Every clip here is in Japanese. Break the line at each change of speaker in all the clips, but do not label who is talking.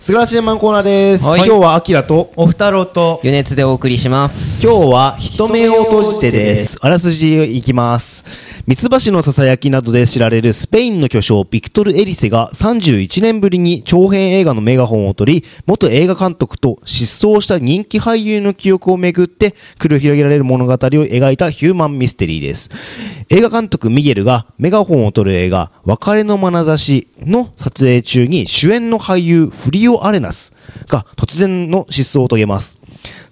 すがらし自慢コーナーです。
はい
今日はアキラと、
おふたろうと、
余熱でお送りします。
今日は人目を閉じてです。あらすじいきます。ミツバチのささやきなどで知られるスペインの巨匠ビクトル・エリセが31年ぶりに長編映画のメガホンを取り、元映画監督と失踪した人気俳優の記憶をめぐって繰り広げられる物語を描いたヒューマンミステリーです。映画監督ミゲルがメガホンを取る映画別れの眼差しの撮影中に主演の俳優フリオ・アレナスが突然の失踪を遂げます。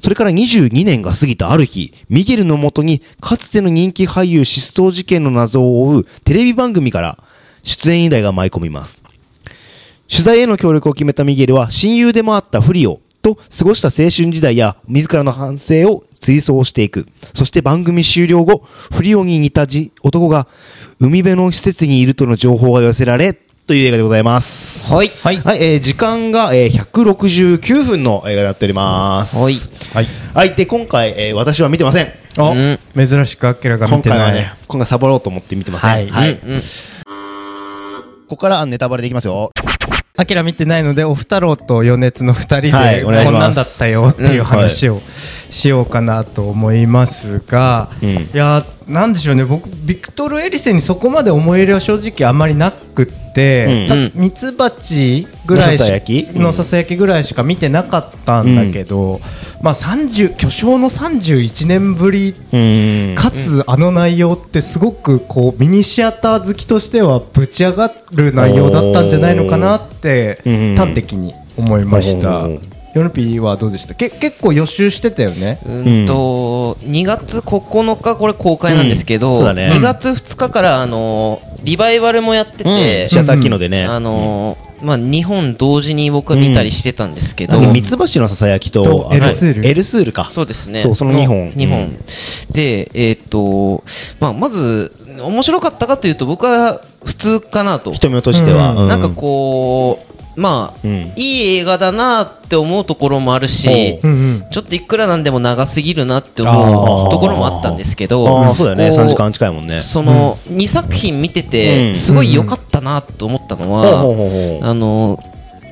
それから22年が過ぎたある日、ミゲルのもとにかつての人気俳優失踪事件の謎を追うテレビ番組から出演依頼が舞い込みます。取材への協力を決めたミゲルは親友でもあったフリオと過ごした青春時代や自らの反省を追走していく。そして番組終了後、フリオに似たじ男が海辺の施設にいるとの情報が寄せられ、という映画でございます。
はい。
はい。
はい、えー時間が、えー、169分の映画になっております。
はい
はい。
はい、で、今回、えー私は見てません。
あ、珍しくアキラが
今
見て
回
な。
はいね、今回サボろうと思って見てません。
はい
うんうん
ここからネタバレできますよ。
アキラ見てないので、おふたろうと余熱の二人で、
はいお願いします
こんなんだったよっていう話をしようかなと思いますが、
うん
いやー、なんでしょうね、僕、ビクトル・エリセにそこまで思い入れは正直あんまりなくっ
う
て、
ん
たミツバチぐらいし
のささやき
のささやきぐらいしか見てなかったんだけど、まあ、30、巨匠の31年ぶり
うん
かつ、あの内容ってすごくこうミニシアター好きとしてはぶち上がる内容だったんじゃないのかなって
おーうん
端的に思いました
おー
ヨルピーはどうでしたけ結構予習してたよね
うんと、2月9日、これ公開なんですけ
うん
ど、
そうだね
2月2日から、あのー、リバイバルもやって
うん、
て、
シアター機能でね。
あのー、まあ、2本同時に僕は見たりしてたんですけど、
なんか三つ橋のささやきと
と、
あの
エルスール
エルスールか。
そうですね。
そうその二本
二
う
本。で、えーっと、まあ、まず、面白かったかというと、僕は普通かなと。
人目としては。
う
う
なんかこう、まあ、
うん
いい映画だなって思うところもあるし
お、
うんうん
ちょっといくらなんでも長すぎるなって思
あー
うところもあったんですけど、
あーそうだよね。
こ
3時間近いもんね。
その2作品見て
う
て、
ん
すごい良かったなと思ったの
ほう
は、
ほうほうほう
あの、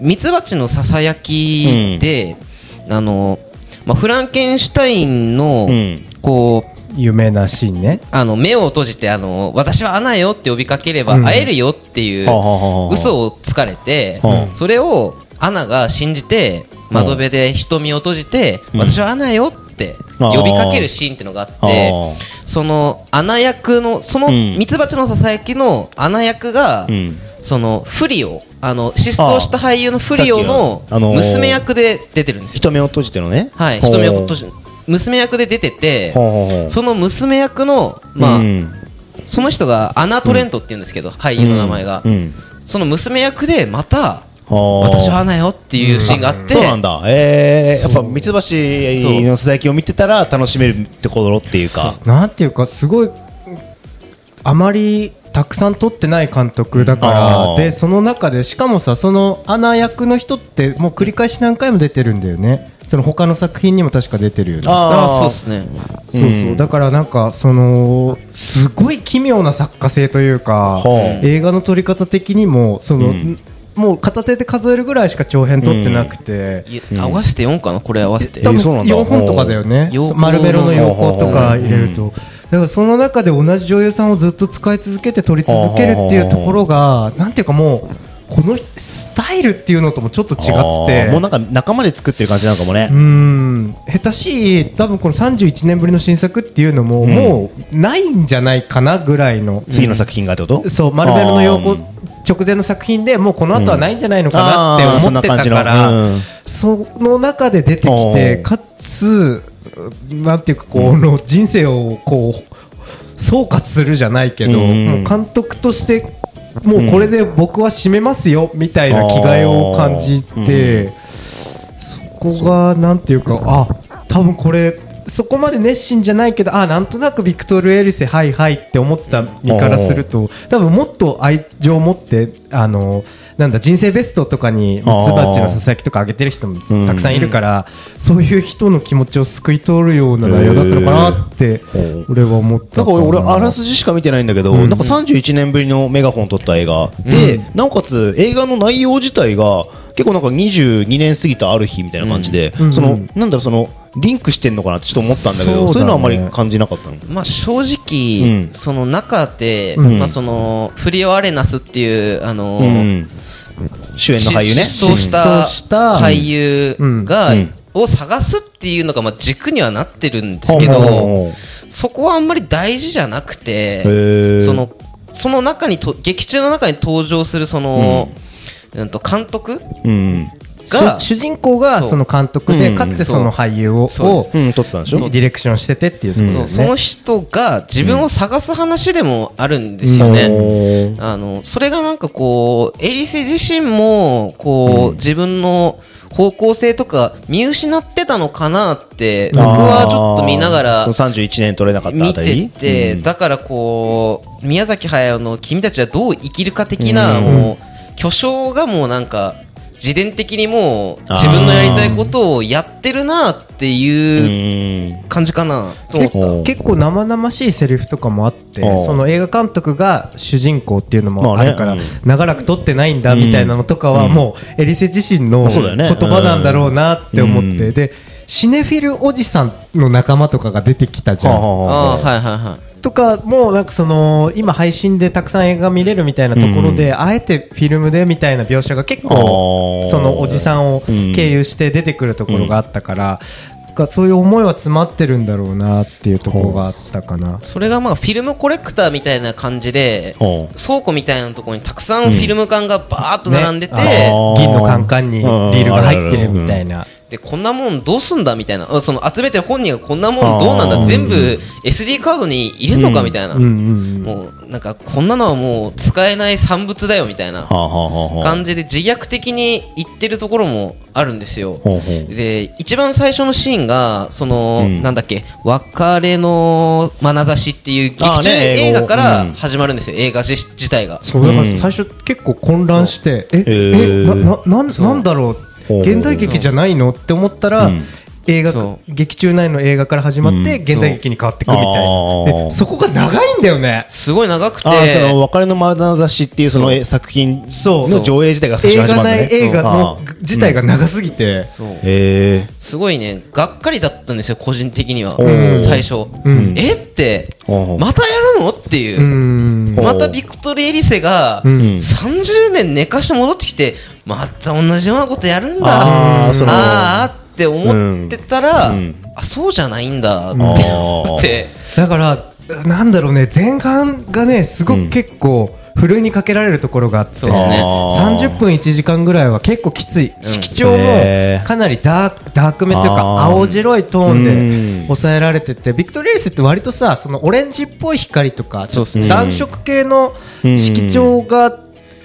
ミツバチのささやきで、あの、まあ、フランケンシュタインの、
うん
こう、
有名なシーンね
あの、目を閉じて、あの、私はアナよって呼びかければ
うん
会えるよっていう
はあはあはあはあ
嘘をつかれて
は、
それをアナが信じて、窓辺で瞳を閉じて、
うん
私はアナよって呼びかけるシーンってのがあっ
あ
て、
ー
そのアナ役の、その
うん
ミツバチのささやきのアナ役が
う、ん。
そのフリオあの失踪した俳優のフリオ
さ
の
っきのあのー
娘役で出てるんですよ、
人目を閉じてのね。
はい
ほう
人目を閉じ娘役で出てて
ほうほうほう
その娘役のまあ、
うん
その人がアナ・トレントって言うんですけど、俳優の名前が、
うん。
その娘役でまた私
私
はアナよっていうシーンがあって、
そうなんだ。えー、やっぱ三つ橋のささやきを見てたら楽しめるところっていうか。
なんていうかすごいあまりたくさん撮ってない監督だか
あー
らでその中でしかもさそのアナ役の人ってもう繰り返し何回も出てるんだよねその他の作品にも確か出てるよね
あーそうですね
そうそう、
うん
だからなんかそのすごい奇妙な作家性というか、
ほう
映画の撮り方的にもそ
う
の、
ん
もう片手で数えるぐらいしか長編撮ってなくて、
い合わせて4かなこれ合わせて
え
多
ーそうな
分
んだ
4本とかだよね
ほう
そう丸ベロの陽光とか入れる
ほ
と。だからその中で同じ女優さんをずっと使い続けて撮り続けるっていうところがなんていうかもうこのスタイルっていうのともちょっと違って
あーもうなんか仲間で作ってる感じなのかもね
う。ん下手しい多分この31年ぶりの新作っていうのも、
ん
もうないんじゃないかなぐらいの、
次の作品がってこと
そうマルベルの陽
あ
光
ー
直前の作品でもうこの後はないんじゃないのかなって思ってたから、
うんあー
その中で出てきて
おー
かつなんていうかこの人生をこう総括するじゃないけど、
うん
もう監督督としてもうこれで僕は締めますよみたいな気概を感じて、そこがなんていうかあ多分これそこまで熱心じゃないけどあなんとなくビクトル・エリセはいはいって思ってた身からすると多分もっと愛情を持ってあのなんだ人生ベストとかにミツバチのささやきとかあげてる人も
うん
たくさんいるから、そういう人の気持ちをすくい取るような内容だったのかなって
ー
俺は思っ
な
た
んか俺、あらすじしか見てないんだけど、なんか31年ぶりのメガホン撮った映画で、なおかつ映画の内容自体が、結構なんか22年過ぎたある日みたいな感じで、
うん
その、
うん
なんだろうそのリンクしてんのかなってちょっと思ったんだけどそう,、
そうだね
いうのはあんまり感じなかったの
まあ、正直、
うん
その中で、
うん
まあ、そのフリオ・アレナスっていうあの、
うん主演の俳優ね
失踪し
失踪
た
した
俳優が、
うん
を探すっていうのがまあ軸にはなってるんですけ
ほうほう
ど
ほう
そこはあんまり大事じゃなく
へー
てそのその中にと劇中の中に登場するその、うん、と監督
うん
が
主主人公が
そう
その監督
う
で
ん
かつてその俳優をを
そうです
うん撮ってたんでしょ
ディレクションしててっていうところだ
そ
よ
うその
ね
人が自分を探す話でもあるんですよね。
おー
あのそれがなんかこうエリセ自身もこう、自分の方向性とか見失ってたのかなって僕はちょっと見なが
あ
ら
ーその31年撮れなかったあ
見
たり
てて、だからこう宮崎駿の「君たちはどう生きるか」的な、
うん
もう巨匠がもうなんか自伝的にもう自分のやりたいことをやってるなって
うん
いう
うん
感じかなと思
結
った。
構
構結構生々しいセリフとかもあって
うん
その映画監督が主人公っていうのも
まあ
あ
ね
るから、
うん
長らく撮ってないんだみたいなのとかは
うん
もうエリセ自身
あ
の言
そうだよね
葉なんだろうなって思って、
うん
でシネフィルおじさんの仲間とかが出てきたじゃん。
はあはあはあ
あーはいはいはい
とかもうなんかその今配信でたくさん映画見れるみたいなところで、あえてフィルムでみたいな描写が結構
あー
そのおじさんを
う
経
ん
由して出てくるところがあったから、なんかそういう思いは詰まってるんだろうなっていうところがあったかな。
それがまあフィルムコレクターみたいな感じで
ほう
倉庫みたいなところにたくさんフィルム缶がバーッと並んでて、
ねあ
あー
ー銀のカンカンにリールが入ってるみたいな。
でこんなもんどうすんだみたいなあその集めてる本人がこんなもんどうなん
あ
だ
ー
全部 SD カードに入れんのかみたいな、
うんうんうん。
もうなんかこんなのはもう使えない産物だよみたいな
はあはあはあはあ
感じで自虐的に言ってるところもあるんですよ。
ほうほう
で一番最初のシーンがその、
うん
なんだっけ「別れの眼差し」っていう劇
あー
中
ね
映画か
う
ら
ん
始まるんですよ、映画自自体が。
そうだか
うん
ら最初結構混乱して、え
へー
えなななん
そう
なんだろう
ほう
現代劇じゃないのって思った
う
ら
ん
映画
そ
か劇中内の映画から始まって
うん
現代劇に変わってくみたい
そうあ
な
ー
でそこが長いんだよね
すごい長くて
あーその別れの眼差しっていうそのえ作品
そう
の上映自体が
映
最初始
画
まったね
内映画の
うんあー
自体が長すぎて
そう
へえ
すごいねがっかりだったんですよ個人的には
お
ー
最初、
うん
えって
おー
またやるのっていうう、
ん
ほう
またビクトリー・エリセが
うん
30年寝かして戻ってきてまた同じようなことやるんだ
あ
あ
ーその
あーって思ってたら、
うんうん
あそうじゃないんだって
あ
思っ
ー
て。
だからなんだろうね前半がねすごく結構ふるいにかけられるところがあって
そうですね
あー
30分1時間ぐらいは結構きつい色調
へー
もかなりダークダークめというか
あー
青白いトーン
うん
で抑えられててビクトリアリスって割とさそのオレンジっぽい光とか
そうですね
暖色系の
うん
色調が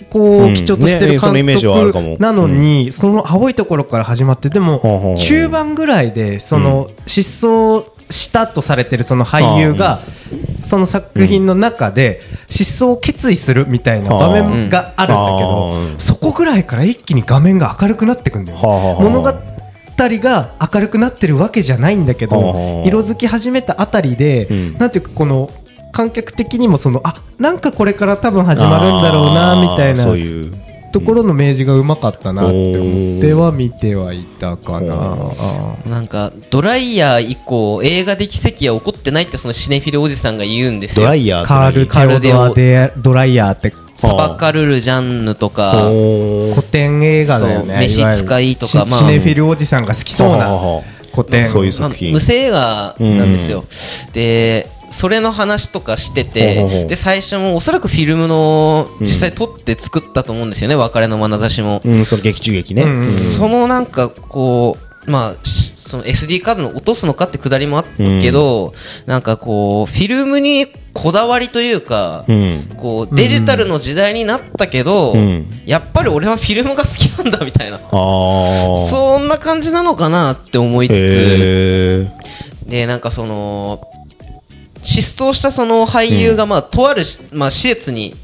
こ
うん
う基調としてる
ねそのイメー
監
ジはあるかも
督なのにその青いところから始まってで
ほうほうほ
も
う
中盤ぐらいでその失踪したとされてるその俳優がその作品の中で失踪を決意するみたいな場面があるんだけ
あーうん
どそこぐらいから一気に画面が明るくなってくんだよね
はあはあはあ
物語が明るくなってるわけじゃないんだけ
はあは
ど
あ
色づき始めたあたりで
うん
なんていうかこの観客的にもそのあなんかこれから多分始まるんだろうなみたい
あー
な
そういう
ところの明示がうまかったなって思って
うん
は見てはいたか
お
な。
なんかドライヤー以降映画で奇跡は起こってないってそのシネフィルおじさんが言うんです
ド
よ
ライヤー
カール・テオドア・デ・ドライヤーって
サバカルルジャンヌとか
お
古典映画だよ
そ
ね
う
わゆる
召使いとか
シ
まあ
シネフィルおじさんが好きそう
はあはあ
な
はあ
古典
そういう
まあ
作品
無声映画なんですよ、でそれの話とかしてて
ほうほうほう
で最初もおそらくフィルムの実際撮って作ったと思うんですよね、別れの眼差しも、
うんその劇中劇ね
うんうん
そのなんかこうまあしその SD カードの落とすのかってくだりもあったけど、なんかこうフィルムにこだわりというか、
うん
こうデジタルの時代になったけど、
うん
やっぱり俺はフィルムが好きなんだみたいな
ああ
そんな感じなのかなって思いつ
へえ
つでなんかその失踪したその俳優がまあとあるし、まあ、施設にいる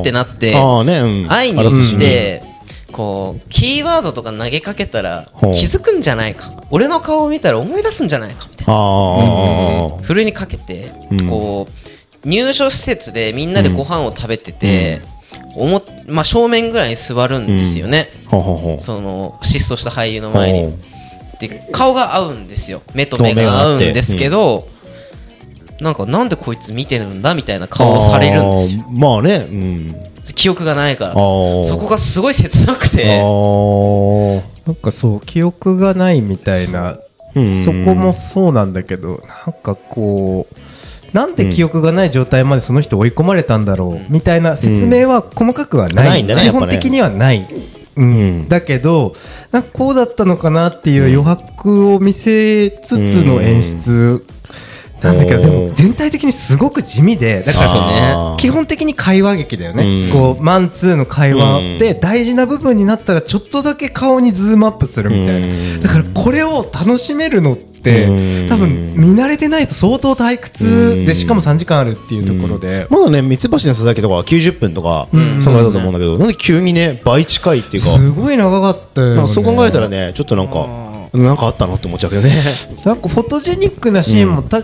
ってなって
ああねうん
会いに
あらす
行
じ
ってこうキーワードとか投げかけたら
ほう
気づくんじゃないか俺の顔を見たら思い出すんじゃないかみたいな
ああ
ふるいにかけて
うん
こう入所施設でみんなでご飯を食べてて、おも、まあ、正面ぐらいに座るんですよね、
ほうほうほう
その失踪した俳優の前に。で顔が合うんですよ目と目
目が
が
合
合
っ
うん
て
ですけど、なんかなんでこいつ見てるんだみたいな顔をされるんですよ
あーまあね、うん。
記憶がないから
あー
そこがすごい切なく
あ
て
ー
なんかそう記憶がないみたいな
うん
そこもそうなんだけどなんかこうなんで記憶がない状態までその人追い込まれたんだろうみたいな説明は細かくは
な
ないい
んだね
基本
やっぱね
的にはない。う
うん
ん、だけどなんかこうだったのかなっていう余白を見せつつの演出なんだけどで
お
も
ー
全体的にすごく地味でだから
あー
基本的に会話劇だよね、
うん
こうマンツーの会
うん
話で大事な部分になったらちょっとだけ顔にズームアップするみたいな、
うん
だからこれを楽しめるのって、
うん
多分見慣れてないと相当退屈で、しかも3時間あるっていうところで、
まだね、三橋の佐々木とかは90分とか、
うん
そのぐらいだと思うんだけど、なんで急にね、倍近いっていうか、
すごい長かったよ、ね、
なんかそう考えたらね、ちょっとなんか、なんかあったなって思っちゃうけどね。
なんかフォトジェニックなシーンもた、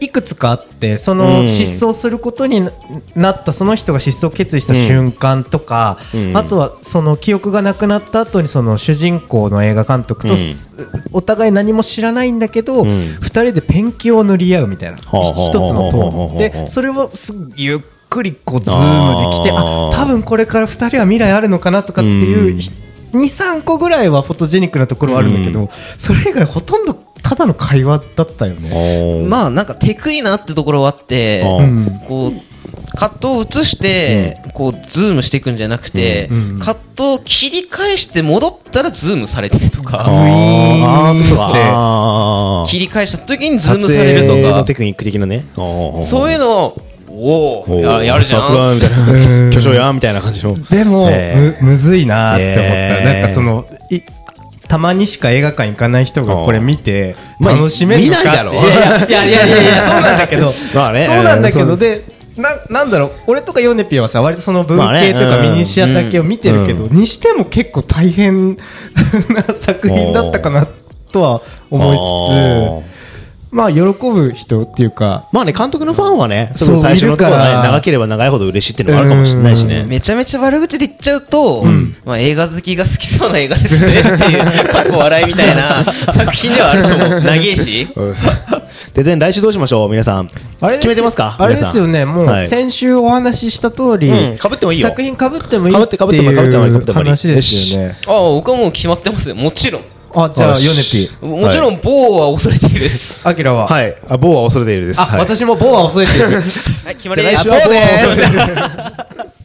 いくつかあってそ
うん
の失踪することにななったその人が失踪を決意した瞬間とか、
うん
あとはその記憶がなくなった後にその主人公の映画監督
う
と
ん
す、お互い何も知らないんだけど、
う
二
ん
人でペンキを塗り合うみたいな、
あはあ
一つの
はあ
ト
はあ
ーン
はあ
でそれをすぐゆっくりこうズームできて
あ
あ
ー
多分これから二人は未来あるのかなとかってい
う
う、
ん
23個ぐらいはフォトジェニックなところはあるんだけど、
う
それ以外ほとんどただの会話だったよね。
あ、
まあなんかテクいなってところはあって
あー
うん
こうカットを映して、こうズームしていくんじゃなくて、
うんうん
カットを切り返して戻ったらズームされてると
あ
か、
ーあー、そうそう
う
あー
ん
切り返した時にズームされる
撮影の
と
テ
か
クニック的なね。
そういう
の
のをおおややるじゃん
さすがみたい
う ん
な。巨匠やみたいな感じの。
でも、
え
むむずいなーって思った、
えー
なんかそのいたまにしか映画館行かない人がこれ見て
まあ
楽しめるのかって、
見ないだろ
いやいやいやいやいやそうなんだけど
ま あね
そうなんだけ
うんそ
ど
う
でななんだろう俺とかヨネピーはさ割とその文
まあね
系とかミニシアだけを見てるけど、
う
にしても結構大変な作品だったかなとは思いつつ
つつ。
まあ喜ぶ人っていうか
まあね、監督のファンはね、
そう
その最初のところ
いる
は
か
ね
ら
長ければ長いほど嬉しいっていうのもあるかもしれないし
う
ね。
めちゃめちゃ悪口で言っちゃうと、まあ、映画好きが好きそうな映画ですねっていう 過去笑いみたいな作品ではあると思う長えし
で、前来週どうしましょう皆さん。
あれです
決めてますか
あれですよね、もう
はい
先週お話しした通り、
うん被ってもいいよ
作品かぶってもいい
被って被っても被ってもいい被ってもいい
いう話ですよね。
ああ僕はもう決まってますよもちろん
あ、じゃ
よ
あ、
し
ヨネピー。
もちろん某は恐れているです
アキラは、
はい。あ、某は恐れているです。
あ、
はい
私も棒は遅いってる。
はい決ま
じ
り
ゃあ
で
来
す
週は
あ
某
そう
は
です
恐れている。